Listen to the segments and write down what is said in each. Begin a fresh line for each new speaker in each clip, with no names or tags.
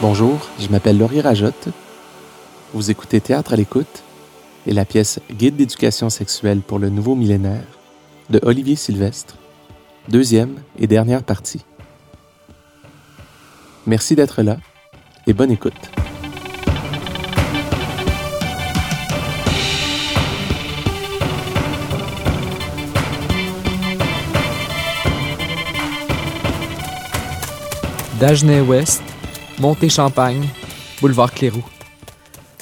Bonjour, je m'appelle Laurie Rajotte. Vous écoutez Théâtre à l'écoute et la pièce Guide d'éducation sexuelle pour le nouveau millénaire de Olivier Sylvestre, deuxième et dernière partie. Merci d'être là et bonne écoute.
Dagenais-Ouest, Montée-Champagne, boulevard Cléroux.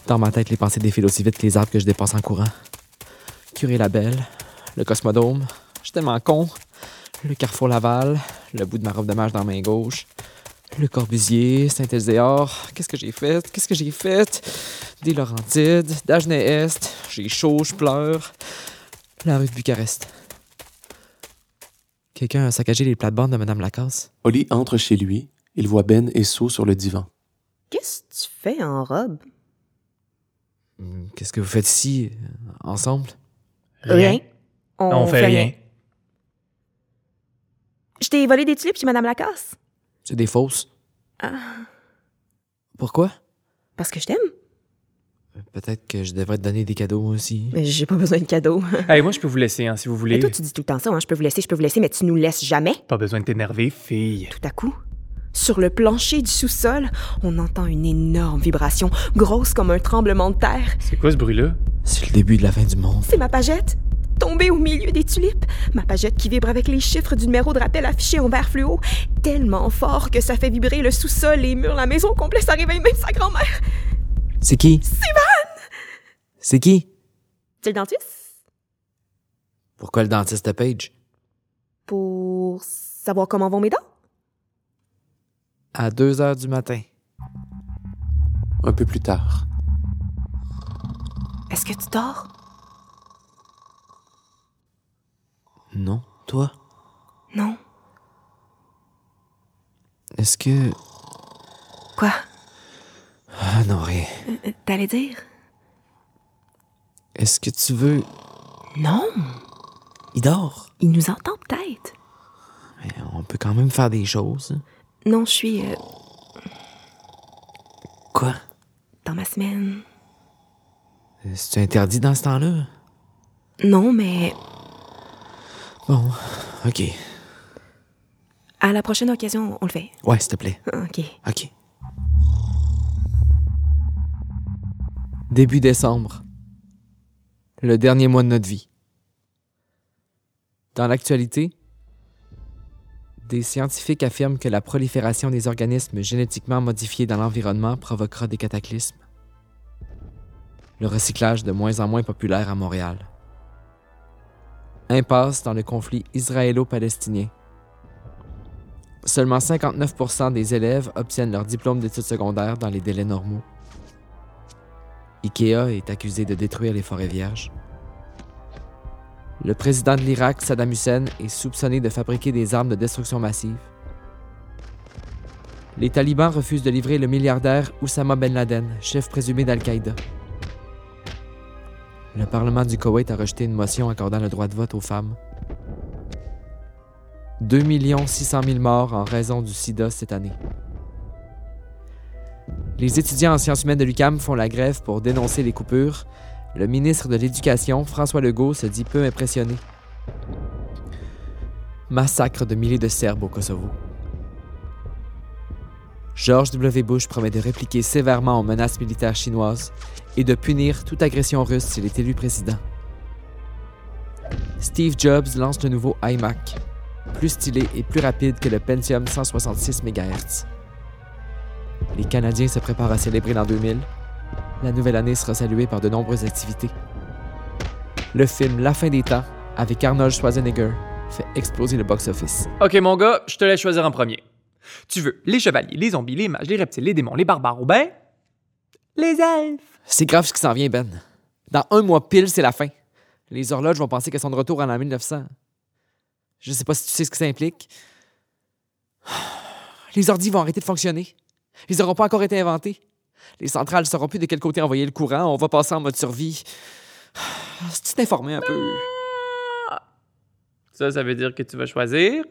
Dans ma tête, les pensées défilent aussi vite que les arbres que je dépasse en courant. Curé Labelle, le Cosmodome, je suis tellement con. Le Carrefour Laval, le bout de ma robe de mage dans ma main gauche. Le Corbusier, Saint-Elzéor, qu'est-ce que j'ai fait? Qu'est-ce que j'ai fait? Des Laurentides, Dagenais-Est, j'ai chaud, je pleure. La rue de Bucarest. Quelqu'un a saccagé les plates-bandes de Madame Lacasse.
Oli entre chez lui, il voit Ben et So sur le divan.
Qu'est-ce que tu fais en robe?
Hum, Qu'est-ce que vous faites ici, euh, ensemble?
On,
On fait rien.
Je t'ai volé des tulipes chez Madame Lacasse.
C'est des fausses. Pourquoi? Euh,
Parce que je t'aime.
Peut-être que je devrais te donner des cadeaux, moi aussi.
Mais j'ai pas besoin de cadeaux.
Hey, moi, je peux vous laisser, hein, si vous voulez.
Et toi, tu dis tout le temps ça, hein, je peux vous laisser, je peux vous laisser, mais tu nous laisses jamais.
Pas besoin de t'énerver, fille.
Tout à coup, sur le plancher du sous-sol, on entend une énorme vibration, grosse comme un tremblement de terre.
C'est quoi ce bruit-là?
C'est le début de la fin du monde.
C'est ma pagette, tombée au milieu des tulipes. Ma pagette qui vibre avec les chiffres du numéro de rappel affiché en vert fluo, tellement fort que ça fait vibrer le sous-sol, les murs, la maison au complet, ça réveille même sa grand-mère.
C'est qui? C'est Van! C'est qui?
Tu es le dentiste?
Pourquoi le dentiste de Page?
Pour savoir comment vont mes dents?
À 2 heures du matin.
Un peu plus tard,
Est-ce que tu dors?
Non. Toi?
Non.
Est-ce que.
Quoi?
Ah non, rien.
Euh, T'allais dire?
Est-ce que tu veux.
Non,
Il dort?
il nous entend peut-être.
Mais on peut quand même faire des choses. hein.
Non, je suis euh,
Quoi?
dans ma semaine.
C'est interdit dans ce temps-là?
Non, mais
Bon, ok.
à la prochaine occasion, on le fait.
Ouais, s'il te plaît.
OK.
OK. Début décembre. Le dernier mois de notre vie. Dans l'actualité, des scientifiques affirment que la prolifération des organismes génétiquement modifiés dans l'environnement provoquera des cataclysmes. Le recyclage de moins en moins populaire à Montréal. Impasse dans le conflit israélo-palestinien. Seulement 59 des élèves obtiennent leur diplôme d'études secondaires dans les délais normaux. IKEA est accusé de détruire les forêts vierges. Le président de l'Irak, Saddam Hussein, est soupçonné de fabriquer des armes de destruction massive. Les talibans refusent de livrer le milliardaire Oussama Ben Laden, chef présumé d'Al-Qaïda. Le Parlement du Koweït a rejeté une motion accordant le droit de vote aux femmes. 2 600 000 morts en raison du sida cette année. Les étudiants en sciences humaines de l'UCAM font la grève pour dénoncer les coupures. Le ministre de l'Éducation, François Legault, se dit peu impressionné. Massacre de milliers de Serbes au Kosovo. George W. Bush promet de répliquer sévèrement aux menaces militaires chinoises et de punir toute agression russe s'il est élu président. Steve Jobs lance le nouveau iMac plus stylé et plus rapide que le Pentium 166 MHz. Les Canadiens se préparent à célébrer l'an 2000. La nouvelle année sera saluée par de nombreuses activités. Le film La fin des temps, avec Arnold Schwarzenegger, fait exploser le box-office.
Ok, mon gars, je te laisse choisir en premier. Tu veux les chevaliers, les zombies, les mages, les reptiles, les démons, les barbares ou ben. Les elfes!
C'est grave ce qui s'en vient, Ben. Dans un mois pile, c'est la fin. Les horloges vont penser qu'elles sont de retour en l'an 1900. Je sais pas si tu sais ce que ça implique. Les ordi vont arrêter de fonctionner. Ils n'auront pas encore été inventés. Les centrales ne sauront plus de quel côté envoyer le courant. On va passer en mode survie. C'est informé un peu.
Ça, ça veut dire que tu vas choisir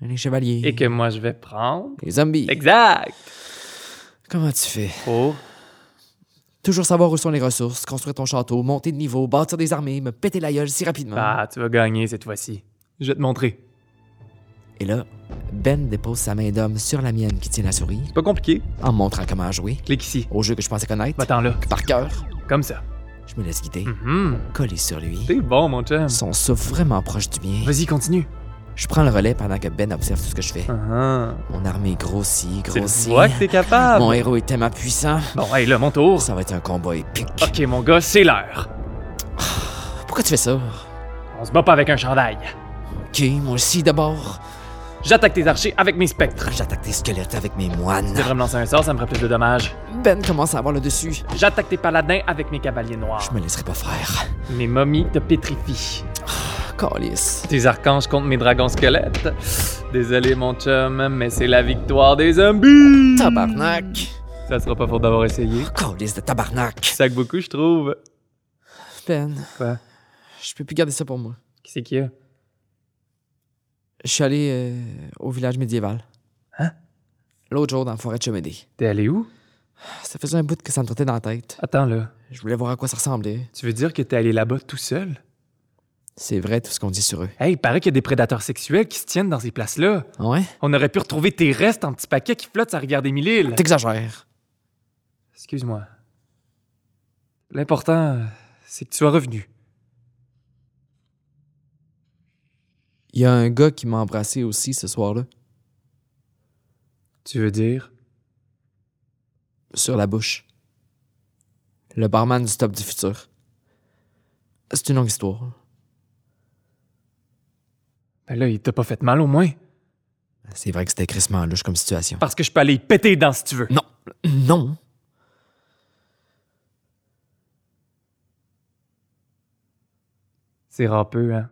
Les chevaliers.
et que moi, je vais prendre.
Les zombies.
Exact!
Comment tu fais?
Oh.
Toujours savoir où sont les ressources, construire ton château, monter de niveau, bâtir des armées, me péter la gueule si rapidement.
Ah, tu vas gagner cette fois-ci. Je vais te montrer.
Et là, Ben dépose sa main d'homme sur la mienne qui tient la souris,
C'est pas compliqué.
en me montrant comment jouer,
Clique ici.
au jeu que je pensais connaître,
Va-t'en là.
par cœur.
Comme ça.
Je me laisse guider,
Mhm.
coller sur lui.
T'es bon, mon chum.
Son souffle vraiment proche du mien.
Vas-y, continue.
Je prends le relais pendant que Ben observe tout ce que je fais.
Ah,
Mon armée grossit,
Tu le
grossit.
vois que t'es capable.
Mon héros est tellement puissant.
Bon, hey, là, mon tour.
Ça va être un combat épique.
Ok, mon gars, c'est l'heure.
Pourquoi tu fais ça?
On se bat pas avec un chandail.
Ok, moi aussi d'abord.
J'attaque tes archers avec mes spectres.
J'attaque tes squelettes avec mes
Tu
moines.
devrais me lancer un sort, ça me ferait plus de dommages.
Ben commence à avoir le dessus.
J'attaque tes paladins avec mes cavaliers noirs.
Je me laisserai pas faire.
Mes momies te pétrifient.
Calice.
Tes archanges contre mes dragons squelettes. Désolé, mon chum, mais c'est la victoire des zombies.
Tabarnak.
Ça sera pas fort d'avoir essayé.
Calice de
Tu
tabarnak.
sacs beaucoup, je trouve.
Ben,
Quoi?
je peux plus garder ça pour moi.
Qui c'est qui a?
Je suis allé euh, au village médiéval.
Hein?
L'autre jour dans la forêt de Chemédé.
T'es allé où?
Ça faisait un bout que ça me trottait dans la tête.
Attends, là.
Je voulais voir à quoi ça ressemblait.
Tu veux dire que t'es allé là-bas tout seul?
C'est vrai tout ce qu'on dit sur eux.
Hey, il paraît qu'il y a des prédateurs sexuels qui se tiennent dans ces places-là.
Ah Ouais?
On aurait pu retrouver tes restes en petits paquets qui flottent à regarder mille îles.
T'exagères.
Excuse-moi. L'important, euh, c'est que tu sois revenu.
Il y a un gars qui m'a embrassé aussi ce soir-là.
Tu veux dire?
Sur la bouche. Le barman du Stop du Futur. C'est une longue histoire.
Ben là, il t'a pas fait mal au moins.
C'est vrai que c'était crissement louche comme situation.
Parce que je peux aller y péter les dents si tu veux.
Non. Non.
C'est peu, hein?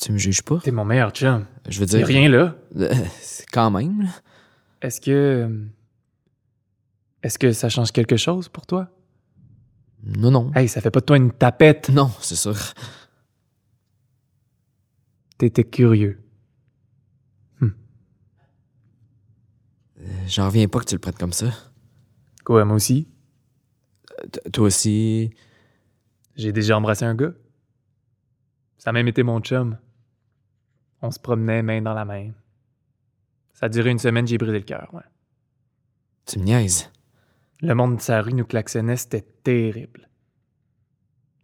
Tu me juges pas?
T'es mon meilleur chum.
Je veux
Y'a
dire.
rien là.
Euh, c'est quand même. là.
Est-ce que. euh, Est-ce que ça change quelque chose pour toi?
Non, non.
Hey, ça fait pas de toi une tapette.
Non, c'est sûr. Euh,
T'étais curieux.
Euh, J'en reviens pas que tu le prêtes comme ça.
Quoi, moi aussi?
T- Toi aussi.
J'ai déjà embrassé un gars. Ça a même été mon chum. On se promenait main dans la main. Ça a duré une semaine, j'ai brisé le cœur. ouais.
Tu me niaises.
Le monde de sa rue nous klaxonnait, c'était terrible.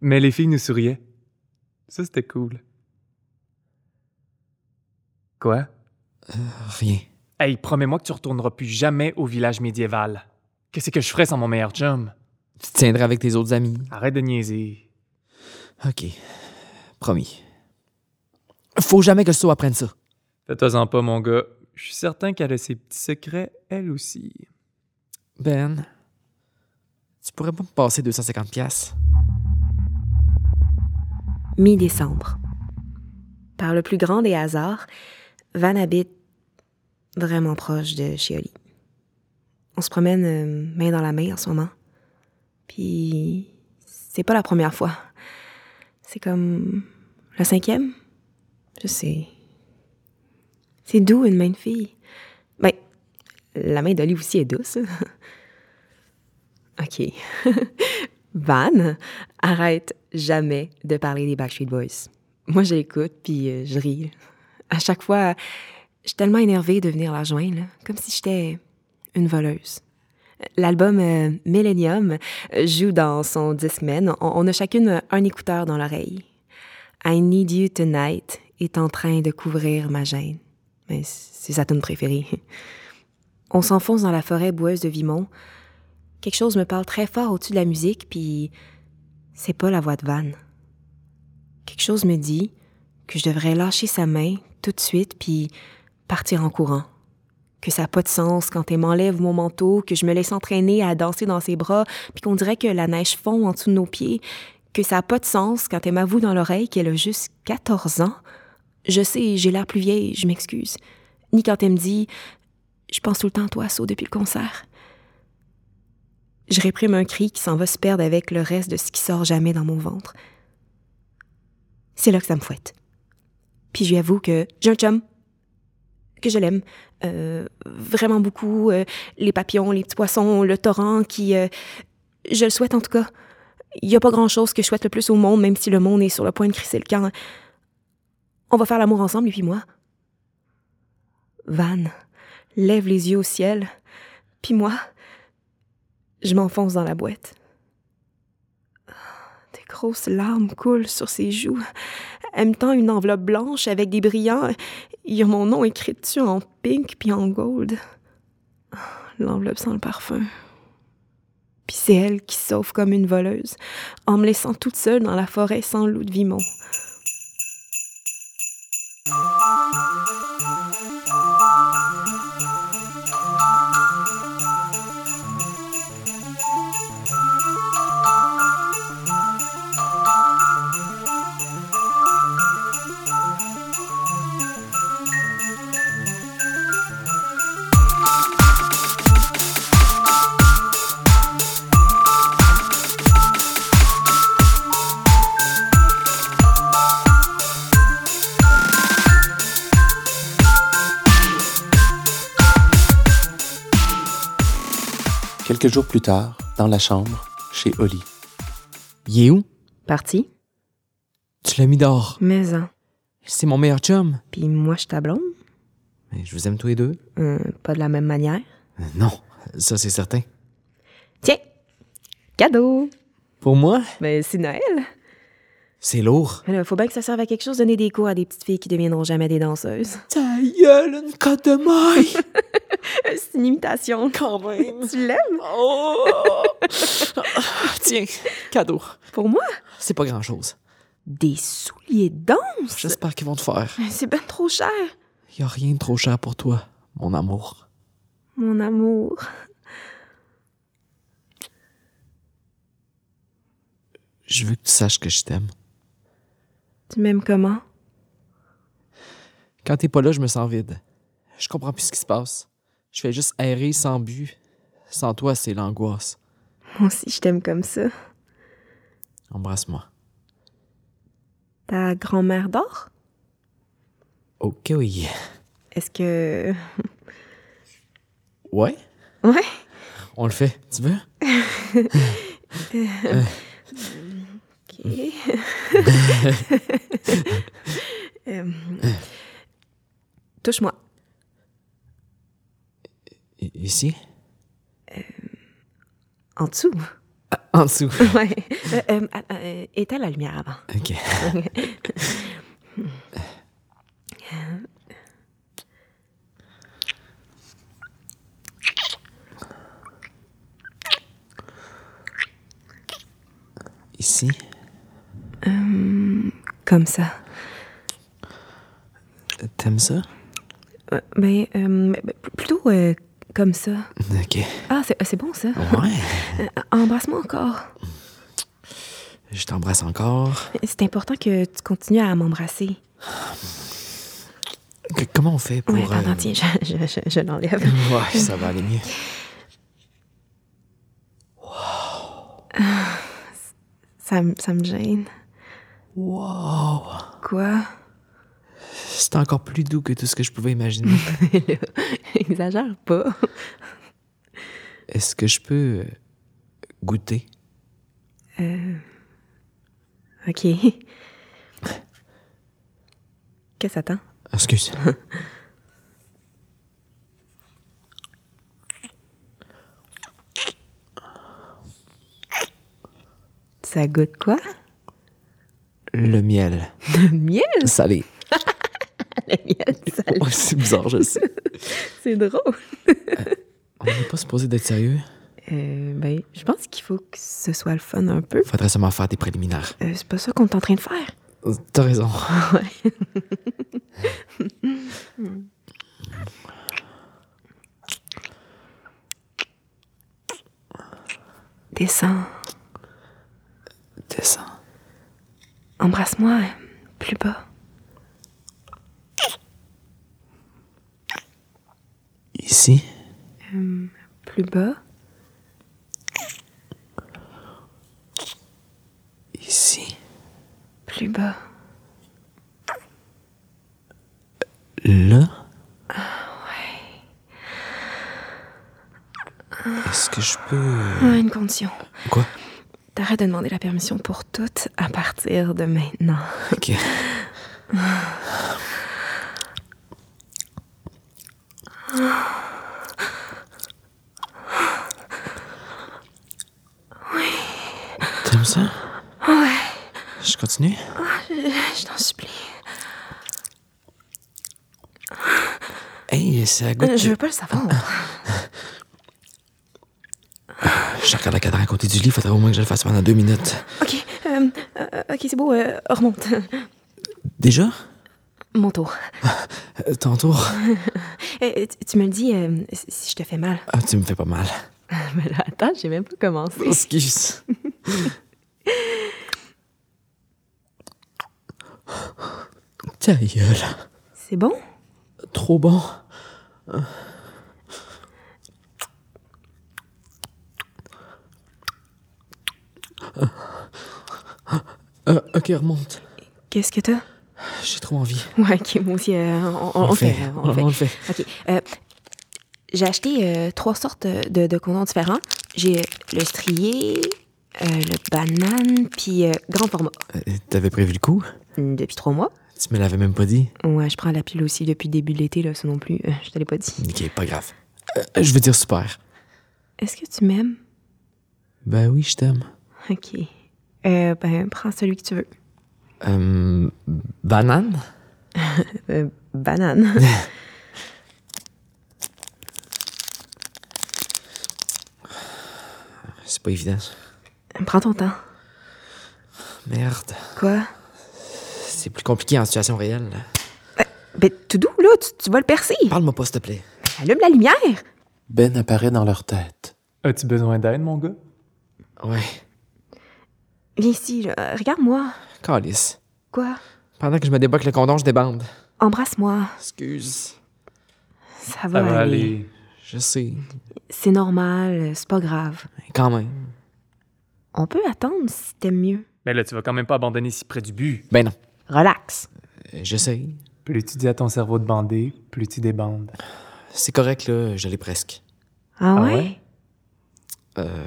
Mais les filles nous souriaient. Ça, c'était cool. Quoi?
Rien.
Hey, promets-moi que tu retourneras plus jamais au village médiéval. Qu'est-ce que je ferais sans mon meilleur chum?
Tu te tiendras avec tes autres amis.
Arrête de niaiser.
OK. Promis. Faut jamais que le saut apprenne ça.
Fais-toi-en pas, mon gars. Je suis certain qu'elle a ses petits secrets, elle aussi.
Ben, tu pourrais pas me passer 250 pièces.
Mi-décembre. Par le plus grand des hasards, Van habite vraiment proche de chez Oli. On se promène euh, main dans la main en ce moment. Puis c'est pas la première fois. C'est comme la cinquième. Je sais. C'est doux une main de fille. Ben, la main d'Oli aussi est douce. ok. Van, arrête jamais de parler des Backstreet Boys. Moi, je l'écoute, puis euh, je ris. À chaque fois, je suis tellement énervée de venir la joindre, là, comme si j'étais une voleuse. L'album euh, Millennium euh, joue dans son Discman. On, on a chacune un écouteur dans l'oreille. I Need You Tonight est en train de couvrir ma gêne. Mais c'est sa tune préférée. On s'enfonce dans la forêt boueuse de Vimont, Quelque chose me parle très fort au-dessus de la musique, puis c'est pas la voix de Van. Quelque chose me dit que je devrais lâcher sa main tout de suite, puis partir en courant. Que ça n'a pas de sens quand elle m'enlève mon manteau, que je me laisse entraîner à danser dans ses bras, puis qu'on dirait que la neige fond en dessous de nos pieds. Que ça n'a pas de sens quand elle m'avoue dans l'oreille qu'elle a juste 14 ans. Je sais, j'ai l'air plus vieille, je m'excuse. Ni quand elle me dit Je pense tout le temps à toi, Saut, depuis le concert. Je réprime un cri qui s'en va se perdre avec le reste de ce qui sort jamais dans mon ventre. C'est là que ça me fouette. Puis je lui avoue que j'ai un chum. que je l'aime. Euh, vraiment beaucoup. euh, les papillons, les petits poissons, le torrent qui... euh, je le souhaite en tout cas. Il n'y a pas grand-chose que je souhaite le plus au monde, même si le monde est sur le point de crisser le camp. On va faire l'amour ensemble, lui puis moi. Van, lève les yeux au ciel. Puis moi, je m'enfonce dans la boîte. Ah, Des grosses larmes coulent sur ses joues. Elle me tend une enveloppe blanche avec des brillants. Il y a mon nom écrit dessus en pink puis en gold. Ah, L'enveloppe sent le parfum. Puis c'est elle qui sauve comme une voleuse, en me laissant toute seule dans la forêt sans loup de Vimont.
Quelques jours plus tard, dans la chambre, chez Oli.
Il est où?
Parti?
Tu l'as mis dehors.
Maison.
C'est mon meilleur chum.
Puis moi, je tablon.
Mais je vous aime tous les deux.
pas de la même manière.
Euh, Non, ça c'est certain.
Tiens, cadeau!
Pour moi,
Mais c'est Noël.
c'est lourd.
Mais là, faut bien que ça serve à quelque chose, donner des cours à des petites filles qui deviendront jamais des danseuses.
Ta gueule, une cote de maille!
c'est une imitation.
Quand même!
Tu l'aimes?
Oh! Tiens, cadeau.
Pour moi?
C'est pas grand-chose.
Des souliers de danse?
J'espère qu'ils vont te faire.
Mais C'est ben trop cher.
Y a rien de trop cher pour toi, mon amour.
Mon amour.
Je veux que tu saches que je t'aime.
Tu m'aimes comment?
Quand t'es pas là, je me sens vide. Je comprends plus ce qui se passe. Je fais juste errer sans but. Sans toi, c'est l'angoisse.
Moi aussi, je t'aime comme ça.
Embrasse-moi.
Ta grand-mère dort?
Ok, oui.
Est-ce que.
Ouais?
Ouais?
On le fait. Tu veux?
Ok. Euh, Touche-moi.
I- ici?
En dessous?
Ah, En dessous.
Ouais. Euh, euh, att- euh, éteins la lumière avant.
Ok. Ici?
Comme ça.
T'aimes ça?
Euh, Mais euh, mais plutôt euh, comme ça.
Ok.
Ah, c'est c'est bon ça.
Ouais.
Euh, Embrasse-moi encore.
Je t'embrasse encore.
C'est important que tu continues à m'embrasser.
Que- comment on fait pour.
Ouais, pardon,
euh,
tiens, je, je- je- je l'enlève.
Ouais, ça va aller mieux.
Ça, me- ça me gêne.
Wow!
Quoi?
C'est encore plus doux que tout ce que je pouvais imaginer.
Exagère pas.
Est-ce que je peux euh, goûter?
OK. Qu'est-ce que ça tend?
Excuse.
Ça goûte quoi?
Le miel.
Le miel?
Salé.
Le miel salé.
Ouais, c'est bizarre, je sais.
C'est drôle.
On n'est pas supposé d'être sérieux.
Euh, ben, je pense qu'il faut que ce soit le fun un peu.
Faudrait seulement faire des préliminaires.
Euh, c'est pas ça qu'on est en train de faire.
T'as raison.
Descends.
Descends.
Embrasse-moi euh, plus bas.
Ici?
Plus bas.
Ici.
Plus bas.
Là? Est-ce que je peux.
À une condition.
Quoi?
T'arrêtes de demander la permission pour toutes à partir de maintenant.
Ok. T'aimes ça?
Ouais,
Je continue?
je t'en supplie.
Hey, ça goûte.
Euh, Je veux pas le savoir.
Je regarde la cadran à côté du lit, faudrait au moins que je le fasse pendant deux minutes.
Ok, euh, euh, ok, c'est beau, euh, remonte.
Déjà?
Mon tour.
Euh, Ton tour?
Eh, tu- tu me le dis euh, si je te fais mal.
Ah, tu me fais pas mal.
Mais là, attends, j'ai même pas commencé.
Excuse. Ta gueule.
C'est bon?
Trop bon. Euh, Euh, ok, remonte.
Qu'est-ce que t'as?
J'ai trop envie.
Ouais, ok, moi aussi, euh, on, on- on le fait. euh, On, le fait.
on le fait.
Ok. euh, j'ai acheté euh, trois sortes de, de condoms différents. J'ai euh, le strié, euh, le banane, puis euh, grand format.
Euh, T'avais prévu le coup?
Depuis trois mois.
Tu me l'avais même pas dit?
Ouais, je prends la pilule aussi depuis le début de l'été, là, ça non plus. euh, je te l'ai pas dit.
Ok, pas grave. Euh, je veux dire super.
Est-ce que tu m'aimes?
Ben oui, je t'aime.
Ok. Euh, ben, prends celui que tu veux.
Euh, banane?
Euh, banane.
C'est pas évident.
prends ton temps.
Merde.
Quoi?
C'est plus compliqué en situation réelle. là.
Ben, tout doux, là, tu, tu vas le percer.
Parle-moi pas, s'il te plaît.
Allume la lumière.
Ben apparaît dans leur tête.
As-tu besoin d'aide, mon gars?
Ouais.
Viens ici, là. Euh, Regarde-moi.
Calice.
Quoi?
Pendant que je me déboque le condom, je débande.
Embrasse-moi.
Excuse.
Ça va,
Ça
aller.
va aller.
Je sais.
C'est normal, euh, c'est pas grave.
Mais Ben, Quand même.
On peut attendre si t'aimes mieux.
Mais là, tu vas quand même pas abandonner si près du but.
Ben non.
Relax.
Euh, J'essaye.
Plus tu dis à ton cerveau de bander, plus tu débandes.
C'est correct, là. Je l'ai presque.
Ah
Ah
ouais?
ouais?
Euh.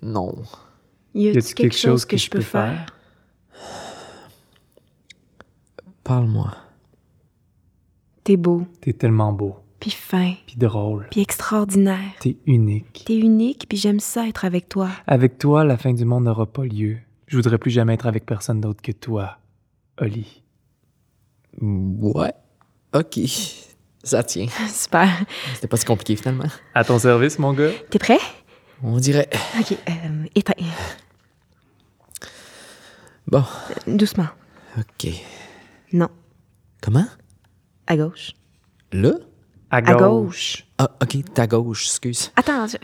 Non.
Y
Y
a-tu quelque chose que, je peux faire?
Parle-moi.
T'es beau,
T'es tellement beau,
puis fin,
puis drôle.
puis extraordinaire.
T'es unique.
T'es unique, puis j'aime ça être avec toi.
Avec toi, la fin du monde n'aura pas lieu. Je voudrais plus jamais être avec personne d'autre que toi, Oli.
Ouais. Ok. Ça tient.
Super.
C'était pas si compliqué, finalement.
À ton service, mon gars.
T'es prêt?
On dirait.
Ok, euh, éteins.
Bon.
Doucement.
Ok.
Non,
Comment?
à gauche.
Là?
À
À
gauche.
gauche.
Ah, ok. Ta gauche, excuse.
Attends, je,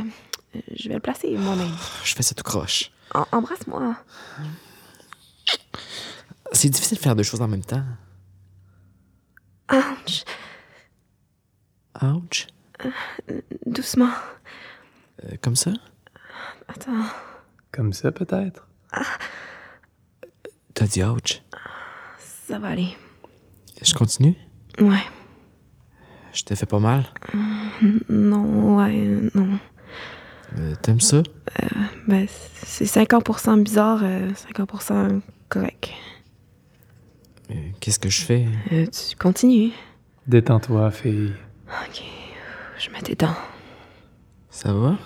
je vais le placer moi-même.
Je fais ça tout croche.
En- Embrasse-moi.
C'est difficile de faire deux choses en même temps.
Ouch.
Ouch.
Doucement.
Euh, comme ça?
Attends.
Comme ça, peut-être.
T'as dit ouch.
Ça va aller.
Je continue?
Ouais.
Je te fais pas mal?
Non, ouais, non.
Euh, T'aimes ça?
Ben, c'est 50% bizarre, euh, 50% correct.
Euh, Qu'est-ce que je fais?
Euh, tu continues.
Détends-toi, fille.
Ok, je mets tes dents.
Ça va?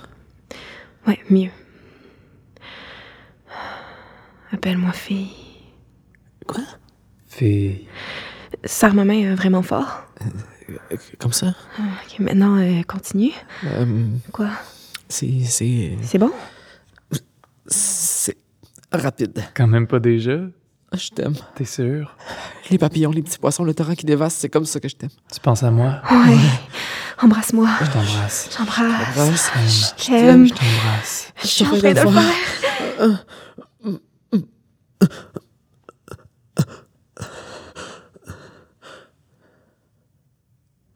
Ouais, mieux. Appelle-moi fille.
Quoi?
Fille.
Serre ma main euh, vraiment fort.
Euh, Comme ça?
Ok, maintenant, euh, continue.
Euh,
Quoi?
c'est. C'est.
C'est bon?
C'est. Rapide.
Quand même pas déjà.
Ah, Je t'aime.
T'es sûr?
Les papillons, les petits poissons, le torrent qui dévaste, c'est comme ça que je t'aime.
Tu penses à moi?
Ah Ouais. Embrasse-moi.
Je t'embrasse.
J'embrasse.
Embrasse.
Je t'aime.
Je t'embrasse.
Je suis en train de le faire.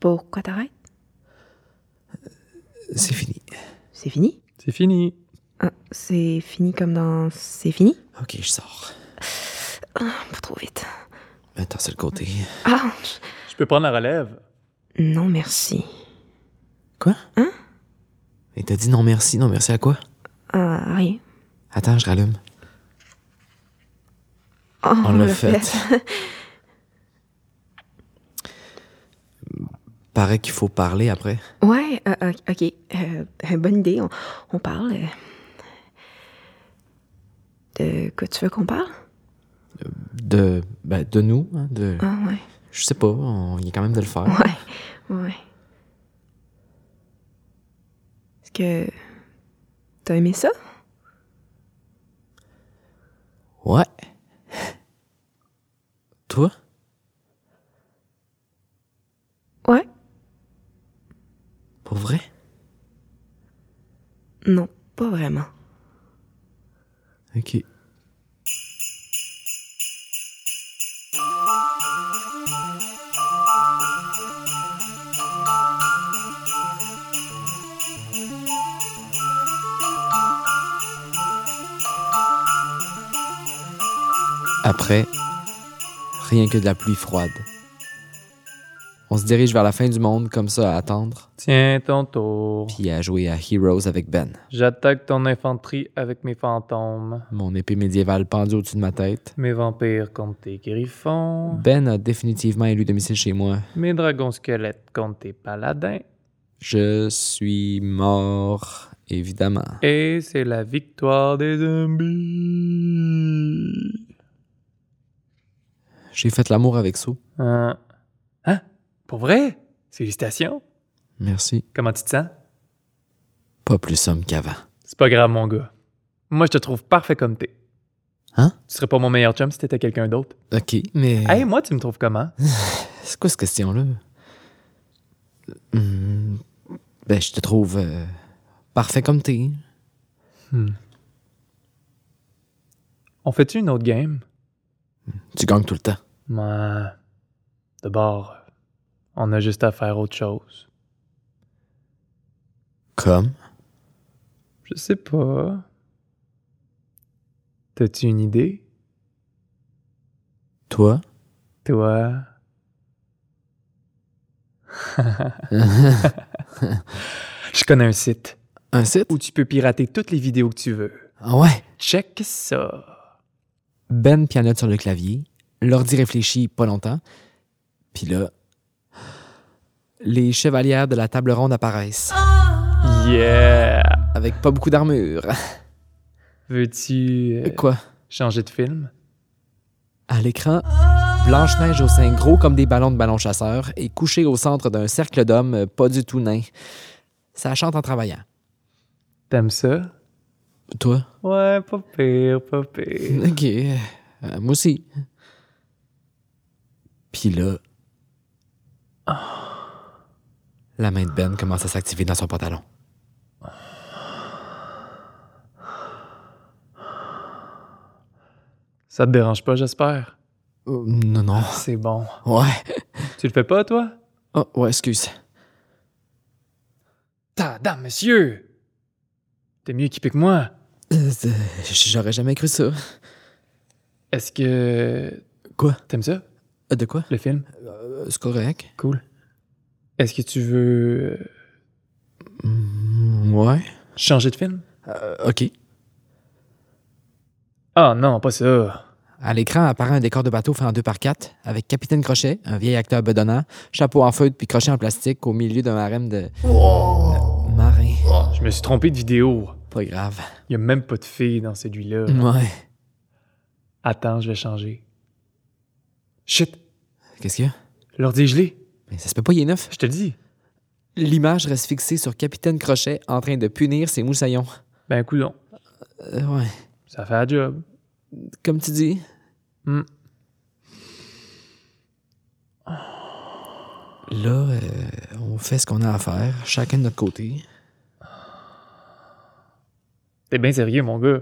Pourquoi t'arrêtes?
C'est fini.
C'est fini?
C'est fini.
Ah, c'est fini comme dans c'est fini?
Ok, je sors.
Pas trop vite.
Attends, c'est le côté.
Ah!
Je peux prendre la relève.
Hein?
Non, merci.
Quoi? Et t'as dit non merci, non merci à quoi?
Ah, rien.
Attends, je rallume.
Oh,
On l'a fait. Paraît qu'il faut parler après.
Ouais, euh, euh, ok. Euh, euh, bonne idée. On, on parle. euh, De quoi tu veux qu'on parle?
De, ben, de nous, hein, de...
Ah, ouais.
Je sais pas, on vient quand même de le faire.
Ouais, ouais. Est-ce que t'as aimé ça?
Ouais. Toi?
Ouais.
Pour vrai?
Non, pas vraiment.
Ok. Après, rien que de la pluie froide. On se dirige vers la fin du monde comme ça à attendre,
Tiens ton tour.
puis à jouer à Heroes avec Ben.
J'attaque ton infanterie avec mes fantômes,
Mon épée médiévale pendue au-dessus de ma tête.
mes vampires contre tes griffons,
Ben a définitivement élu domicile chez moi.
mes dragons squelettes contre tes paladins,
Je suis mort, évidemment.
et c'est la victoire des zombies.
J'ai fait l'amour avec Sue.
Hein? Hein? Pour vrai? Félicitations!
Merci.
Comment tu te sens?
Pas plus somme qu'avant.
C'est pas grave, mon gars. Moi, je te trouve parfait comme t'es.
Hein?
Tu serais pas mon meilleur chum si t'étais quelqu'un d'autre.
Ok, mais.
Hey, moi, tu me trouves comment?
C'est quoi cette question-là? Hmm, ben, je te trouve euh, parfait comme t'es.
Hmm. On fait-tu une autre game?
Tu gagnes tout le temps.
Ouais. D'abord, on a juste à faire autre chose.
Comme?
Je sais pas. T'as-tu une idée?
Toi?
Toi? Je connais un site
Un site?
où tu peux pirater toutes les vidéos que tu veux.
Ah ouais!
Check ça.
Ben pianote sur le clavier. L'ordi réfléchit pas longtemps. Puis là. Les chevalières de la table ronde apparaissent.
Yeah!
Avec pas beaucoup d'armure. hein,
Veux-tu euh,
Quoi?
changer de film?
À l'écran, Blanche-Neige au sein gros comme des ballons de ballon chasseur est couchée au centre d'un cercle d'hommes euh, pas du tout nains. Ça chante en travaillant.
T'aimes ça?
Toi?
Ouais, pas pire, pas pire.
Ok. euh, moi aussi. Puis là... La main de Ben commence à s'activer dans son pantalon.
Ça te dérange pas, j'espère?
Euh, non, non.
C'est bon.
Ouais.
Tu le fais pas, toi?
Oh, ouais, excuse.
Ta dame, monsieur! T'es mieux équipé que moi.
Euh, euh, J'aurais jamais cru ça.
Est-ce que.
Quoi?
T'aimes ça,
Euh, De quoi?
le film?
Euh, C'est correct.
Cool. Est-ce que tu veux euh,
Mm, ouais.
changer de film?
Euh, ok.
Ah non, pas ça.
À l'écran apparaît un décor de bateau fait en 2 par 4 avec Capitaine Crochet, un vieil acteur bedonnant, chapeau en feutre puis crochet en plastique au milieu d'un harem de. Euh, marin.
Je me suis trompé de vidéo.
Pas grave.
Il y a même pas de fille dans celui-là.
Ouais.
Attends, je vais changer. Shit!
Qu'est-ce qu'il y a?
L'ordi est gelé.
Mais ça se peut pas, il est neuf.
Je te le dis.
L'image reste fixée sur Capitaine Crochet en train de punir ses moussaillons.
Ben, coudon.
Euh, ouais.
Ça fait la job.
Comme tu dis.
Hmm.
Là, euh, on fait ce qu'on a à faire, chacun de notre côté.
T'es bien sérieux, mon gars.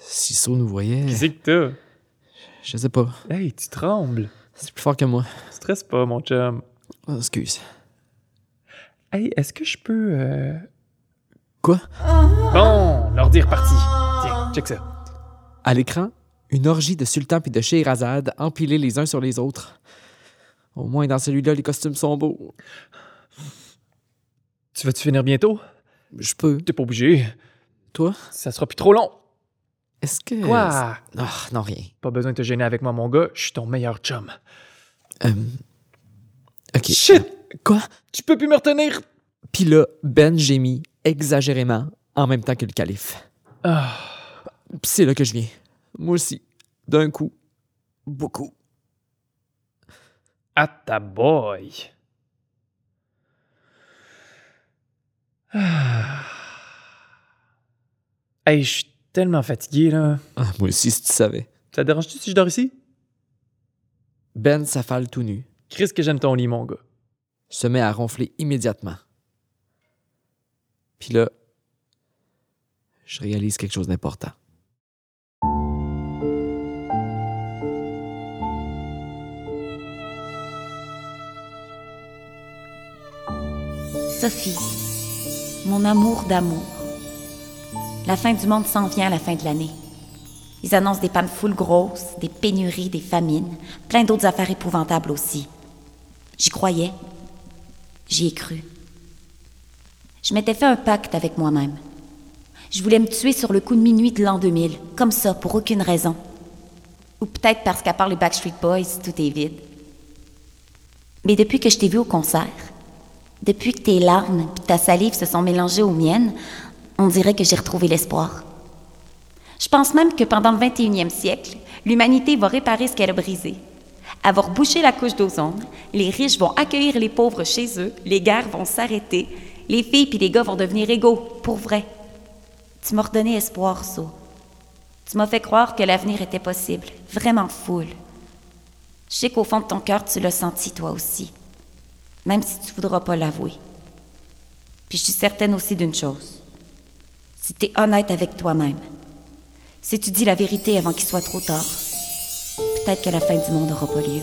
Si Saut nous voyait,
Qui c'est que
je sais pas.
t'as? Hey, tu trembles.
C'est plus fort que moi.
Stresse pas, mon chum.
Oh, excuse.
Hey, est-ce que je peux. euh,
Quoi?
Bon, l'ordi est reparti. Tiens, check ça.
À l'écran, une orgie de sultan puis de Scheherazade empilés les uns sur les autres. Au moins dans celui-là, les costumes sont beaux.
Tu vas-tu finir bientôt?
Je peux.
T'es pas obligé.
Toi?
Ça sera plus trop long.
Est-ce que.
Quoi?
Ah, non, rien.
Pas besoin de te gêner avec moi, mon gars. Je suis ton meilleur chum.
Euh, Ok.
Shit!
Quoi?
Tu peux plus me retenir!
Puis là, Ben gémit exagérément en même temps que le calife.
Ah,
Puis c'est là que je viens. Moi aussi. D'un coup. Beaucoup.
à ta boy! Ah. Hey, je suis tellement fatigué, là.
Ah, moi aussi, si tu savais.
Ça te dérange-tu si je dors ici?
Ben s'affale tout nu,
Chris, que j'aime ton lit, mon gars.
se met à ronfler immédiatement. Puis là, je réalise quelque chose d'important.
Sophie, mon amour d'amour. La fin du monde s'en vient à la fin de l'année. Ils annoncent des pannes full grosses, des pénuries, des famines, plein d'autres affaires épouvantables aussi. J'y croyais. J'y ai cru. Je m'étais fait un pacte avec moi-même. Je voulais me tuer sur le coup de minuit de l'an 2000, comme ça, pour aucune raison. Ou peut-être parce qu'à part les Backstreet Boys, tout est vide. Mais depuis que je t'ai vu au concert, depuis que tes larmes et ta salive se sont mélangées aux miennes, on dirait que j'ai retrouvé l'espoir. Je pense même que pendant le 21e siècle, l'humanité va réparer ce qu'elle a brisé. Avoir bouché la couche d'ozone, les riches vont accueillir les pauvres chez eux, les guerres vont s'arrêter, les filles puis les gars vont devenir égaux, pour vrai. Tu m'as redonné espoir, So. Tu m'as fait croire que l'avenir était possible, vraiment full. Je sais qu'au fond de ton cœur, tu l'as senti toi aussi même si tu voudras pas l'avouer. Puis je suis certaine aussi d'une chose. Si tu es honnête avec toi-même, si tu dis la vérité avant qu'il soit trop tard, peut-être que la fin du monde n'aura pas lieu.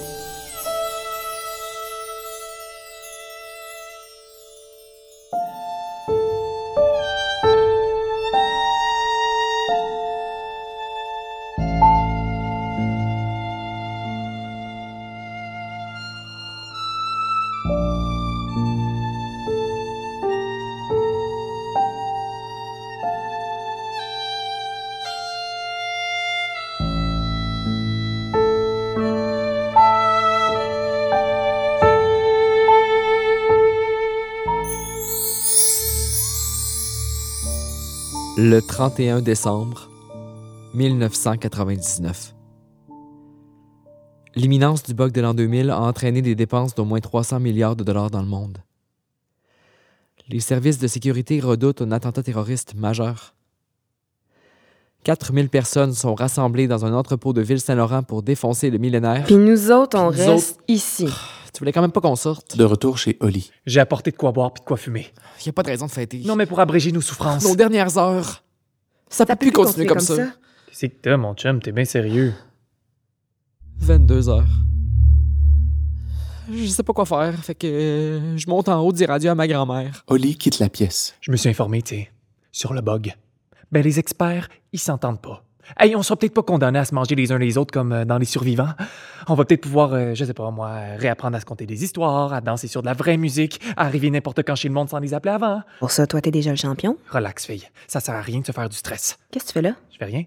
Le 31 décembre 1999. L'imminence du bug de l'an 2000 a entraîné des dépenses d'au moins 300 milliards de dollars dans le monde. Les services de sécurité redoutent un attentat terroriste majeur. 4000 personnes sont rassemblées dans un entrepôt de Ville-Saint-Laurent pour défoncer le millénaire.
Puis nous autres, on
Puis nous
reste ici.
Tu voulais quand même pas qu'on sorte?
De retour chez Oli.
J'ai apporté de quoi boire puis de quoi fumer.
Y a pas de raison de fêter.
Non, mais pour abréger nos souffrances.
Nos dernières heures. Ça, peut plus continuer, comme, ça.
Qu'est-ce que t'as, mon chum? T'es bien sérieux.
22 heures. Je sais pas quoi faire, fait que euh, je monte en haut dire adieu à ma grand-mère.
Oli quitte la pièce.
Je me suis informé, tu sais, sur le bug. Ben, les experts, ils s'entendent pas. Hey, on sera peut-être pas condamnés à se manger les uns les autres comme euh, dans Les Survivants. On va peut-être pouvoir, euh, je sais pas moi, euh, réapprendre à se conter des histoires, à danser sur de la vraie musique, à arriver n'importe quand chez le monde sans les appeler avant.
Pour ça, toi, t'es déjà le champion.
Relax, fille. Ça sert à rien de se faire du stress.
Qu'est-ce que tu fais là?
Je fais rien.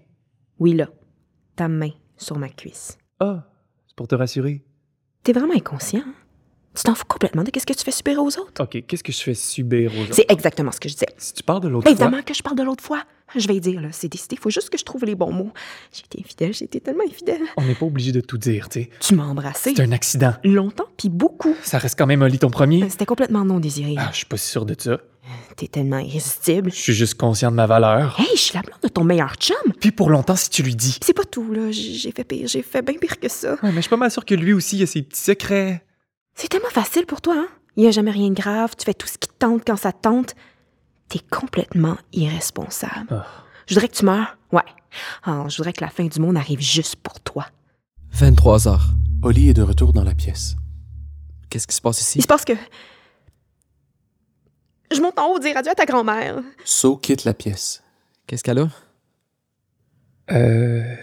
Oui, là. Ta main sur ma cuisse.
Ah, c'est pour te rassurer.
T'es vraiment inconscient. hein? Tu t'en fous complètement de qu'est-ce que tu fais subir aux autres.
OK, qu'est-ce que je fais subir aux autres?
C'est exactement ce que je disais.
Si tu parles de l'autre
Ben,
fois-
évidemment que je parle de l'autre fois. Je vais y dire, là, c'est décidé. Faut juste que je trouve les bons mots. J'ai été infidèle, j'ai été tellement infidèle.
on n'est pas obligé de tout dire, tu sais.
Tu m'as embrassé
C'est un accident.
longtemps, puis beaucoup.
Ça reste quand même un lit ton premier.
Euh, C'était complètement non désiré.
Ah, je suis pas si sûr de ça.
T'es tellement irrésistible.
Je suis juste conscient de ma valeur.
Hey, je suis la blonde de ton meilleur chum.
Puis pour longtemps, si tu lui dis.
Pis C'est pas tout, là. J- J'ai fait pire. J'ai fait bien pire que ça.
Ouais, mais je suis pas mal sûr que lui aussi il a ses petits secrets.
C'est tellement facile pour toi, hein? Il n'y a jamais rien de grave. Tu fais tout ce qui te tente quand ça te tente. T'es complètement irresponsable.
Ah.
Je voudrais que tu meurs. Ouais. Ah, je voudrais que la fin du monde arrive juste pour toi.
23 heures.
Oli est de retour dans la pièce.
Qu'est-ce qui se passe
Il
ici?
se passe que. Je monte en haut dire adieu à ta grand-mère.
So quitte la pièce.
Qu'est-ce qu'elle a?
Euh.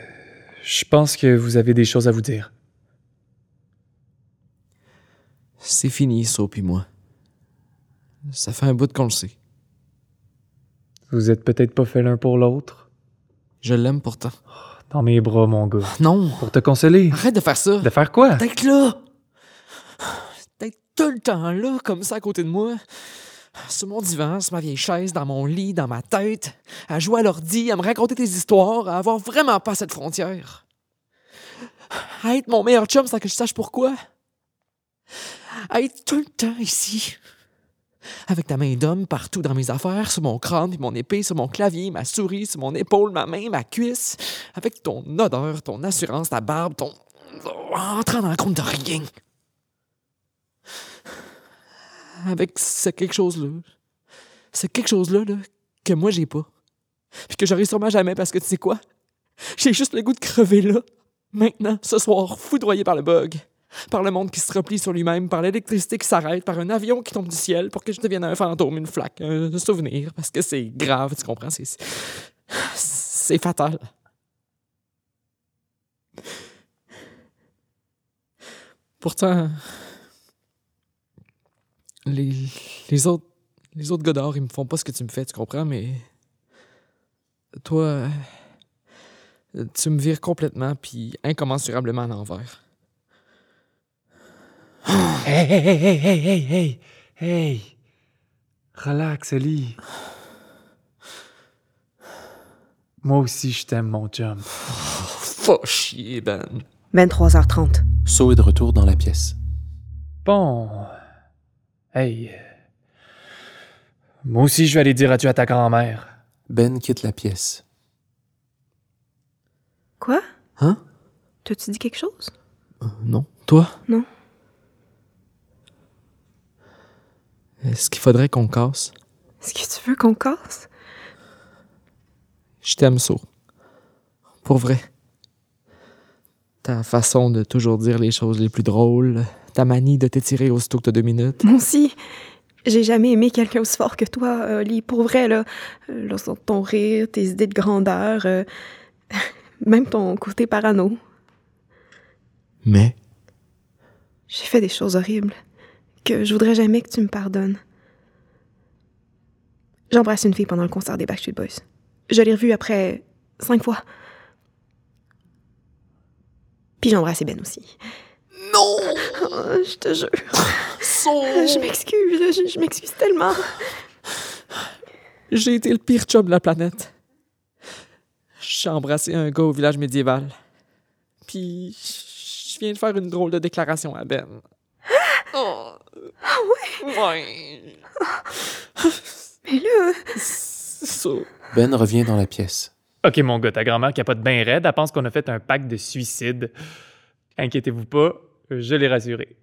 Je pense que vous avez des choses à vous dire.
C'est fini, Soap et moi. Ça fait un bout qu'on le sait.
Vous êtes peut-être pas fait l'un pour l'autre.
Je l'aime pourtant.
Dans mes bras, mon gars.
Non!
Pour te consoler.
Arrête de faire ça!
De faire quoi?
D'être là! D'être tout le temps là, comme ça, à côté de moi. Sur mon divan, sur ma vieille chaise, dans mon lit, dans ma tête, à jouer à l'ordi, à me raconter tes histoires, à avoir vraiment pas cette frontière. À être mon meilleur chum sans que je sache pourquoi. À être tout le temps ici. Avec ta main d'homme partout dans mes affaires, sur mon crâne, puis mon épée, sur mon clavier, ma souris, sur mon épaule, ma main, ma cuisse. Avec ton odeur, ton assurance, ta barbe, ton. en train d'en compte de rien. Avec ce quelque chose-là. Ce quelque chose-là, là, que moi j'ai pas. Puis que j'aurai sûrement jamais parce que tu sais quoi? J'ai juste le goût de crever là. Maintenant, ce soir, foudroyé par le bug par le monde qui se replie sur lui-même, par l'électricité qui s'arrête, par un avion qui tombe du ciel pour que je devienne un fantôme, une flaque, un souvenir, parce que c'est grave, tu comprends, c'est... C'est fatal. Pourtant, les, les autres les autres Godard, ils me font pas ce que tu me fais, tu comprends, mais toi, euh, tu me vires complètement puis incommensurablement à l'envers.
Hey, hey, hey, hey, hey, hey, hey, hey. Relax, Ellie. Moi aussi, je t'aime, mon chum.
Faut chier, Ben.
23h30.
Saut est de retour dans la pièce.
Bon. Hey. Moi aussi, je vais aller dire adieu à ta grand-mère.
Ben quitte la pièce.
Quoi?
Hein?
T'as-tu dit quelque chose?
non. Toi?
Non.
Est-ce qu'il faudrait qu'on casse?
Est-ce que tu veux qu'on casse?
Je t'aime, Sour. Pour vrai. Ta façon de toujours dire les choses les plus drôles, ta manie de t'étirer aussitôt que t'as deux minutes.
Moi aussi, j'ai jamais aimé quelqu'un aussi fort que toi, Oli. Pour vrai, là, là, sur ton rire, tes idées de grandeur, euh, même ton côté parano.
Mais?
J'ai fait des choses horribles que je voudrais jamais que tu me pardonnes. J'embrasse une fille pendant le concert des Backstreet Boys. Je l'ai revue après cinq fois. Puis j'embrasse Ben aussi.
Non!
Oh, je te jure, je
Sour!
m'excuse, là, je- je m'excuse tellement.
J'ai été le pire chum de la planète. J'ai embrassé un gars au village médiéval. Puis, je viens de faire une drôle de déclaration à Ben. Oh. Ouais.
Mais là,
Sour.
Ben revient dans la pièce.
Ok, mon gars, ta grand-mère qui a pas de bain raide, elle pense qu'on a fait un pacte de suicide. Inquiétez-vous pas, je l'ai rassurée.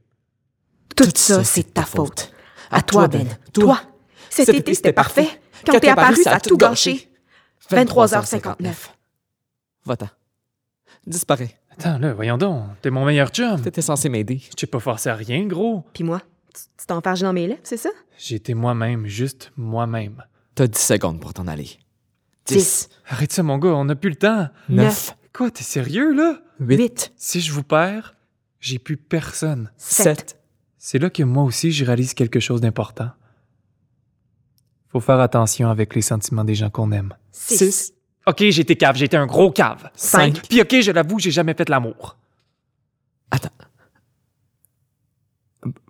Tout, ça, c'est de ta faute. À toi, Ben.
toi, cet été, c'était parfait. Quand t'es apparu, ça a tout gâché. 23h59.
Va-t'en. Disparais.
Attends, là, voyons donc. T'es mon meilleur chum.
T'étais censé m'aider.
Je t'ai pas forcé à rien, gros.
Puis moi, tu tu t'en farges dans mes lèvres, c'est ça?
J'étais moi-même, juste moi-même.
T'as 10 secondes pour t'en aller.
10,
Arrête ça, mon gars, on a plus le temps.
Neuf.
Quoi, t'es sérieux, là?
8,
Si je vous perds, j'ai plus personne.
7,
C'est là que moi aussi, je réalise quelque chose d'important. Faut faire attention avec les sentiments des gens qu'on aime.
6,
Ok, j'étais cave, j'étais un gros cave.
Cinq.
Puis ok, je l'avoue, j'ai jamais fait l'amour.
Attends.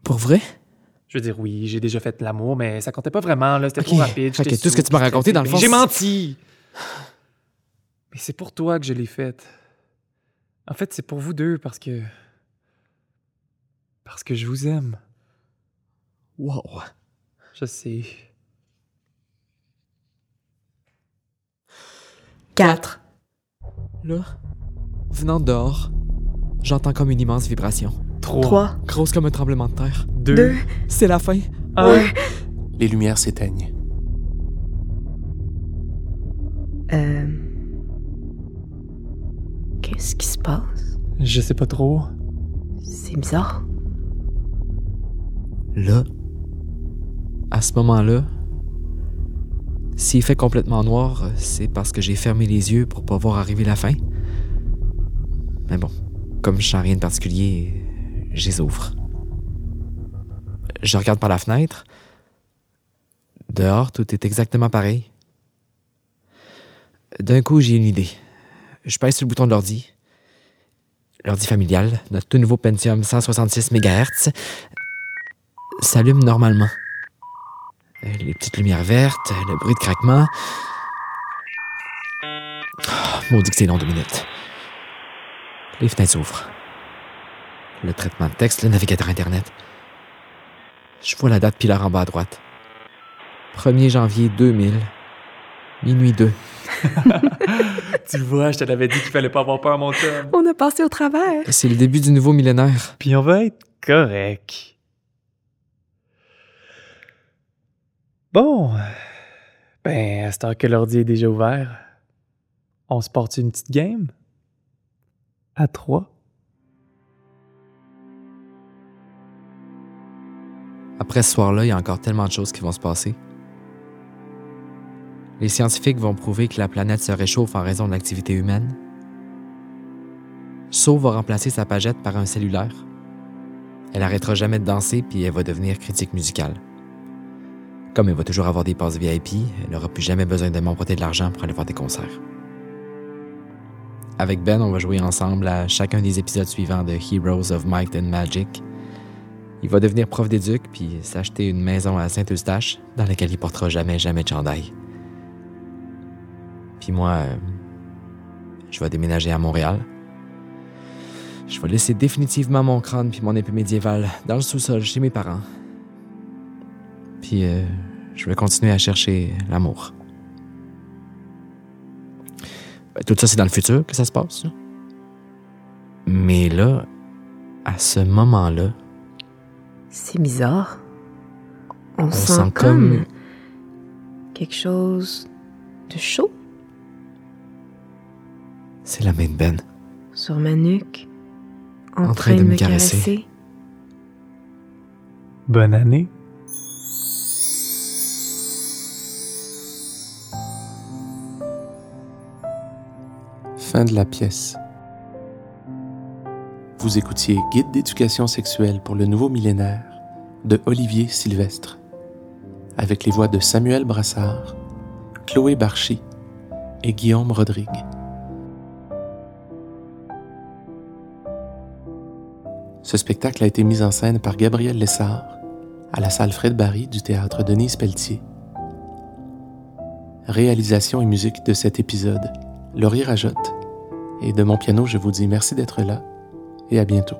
Pour vrai?
Je veux dire, oui, j'ai déjà fait l'amour, mais ça comptait pas vraiment, là. C'était
Ok.
trop rapide.
Fait
j'étais
que tout ce
sous,
que tu m'as
j'étais
raconté, dans le
déprimé.
fond,
J'ai
c'est-
menti! Mais c'est pour toi que je l'ai faite. En fait, c'est pour vous deux, parce que. Parce que je vous aime.
Wow.
Je sais.
4,
Là, venant de dehors, j'entends comme une immense vibration.
3,
3,
Grosse comme un tremblement de terre.
2,
2,
C'est la fin.
1.
Les lumières s'éteignent.
Euh... Qu'est-ce qui se passe?
Je sais pas trop.
C'est bizarre.
Là, à ce moment-là, s'il fait complètement noir, euh, c'est parce que j'ai fermé les yeux pour pas voir arriver la fin. Mais bon, comme je sens rien de particulier, je les ouvre. Je regarde par la fenêtre. Dehors, tout est exactement pareil. D'un coup, j'ai une idée. Je pèse sur le bouton de l'ordi. L'ordi familial, notre tout nouveau Pentium 166 MHz, s'allume normalement. Euh, Les petites lumières vertes, le bruit de craquement. Oh, maudit que c'est long deux minutes. Les fenêtres s'ouvrent. Le traitement de texte, le navigateur Internet. Je vois la date pile en bas à droite. 1er janvier 2000, minuit 2.
Tu le vois, je te l'avais dit qu'il fallait pas avoir peur, mon chum.
On a passé au travers.
C'est le début du nouveau millénaire.
Puis on va être correct. Bon. Ben, à cette heure que l'ordi est déjà ouvert, on se porte une petite game? À trois?
Après ce soir-là, il y a encore tellement de choses qui vont se passer. Les scientifiques vont prouver que la planète se réchauffe en raison de l'activité humaine. Sau va remplacer sa pagette par un cellulaire. Elle arrêtera jamais de danser puis elle va devenir critique musicale. Comme elle va toujours avoir des passes VIP, elle n'aura plus jamais besoin de m'emprunter de l'argent pour aller voir des concerts. Avec Ben, on va jouer ensemble à chacun des épisodes suivants de Heroes of Might and Magic. Il va devenir prof d'éduc puis s'acheter une maison à Saint-Eustache dans laquelle il portera jamais, jamais de chandail. Puis moi, euh, je vais déménager à Montréal. Je vais laisser définitivement mon crâne puis mon épée médiévale dans le sous-sol chez mes parents. Puis euh, je vais continuer à chercher l'amour. Ben, Tout ça, c'est dans le futur que ça se passe. là. Mais là, à ce moment-là,
C'est bizarre. On,
On
sent,
sent
comme
comme-
quelque chose de chaud
c'est la main de Ben.
sur ma nuque, en, train, de me caresser.
Bonne année.
Fin de la pièce. Vous écoutiez Guide d'éducation sexuelle pour le nouveau millénaire de Olivier Sylvestre, avec les voix de Samuel Brassard, Chloé Barchi et Guillaume Rodrigue. Ce spectacle a été mis en scène par Gabriel Lessard à la salle Fred Barry du théâtre Denise Pelletier. Réalisation et musique de cet épisode, Laurier Rajotte. Et de mon piano, je vous dis merci d'être là et à bientôt.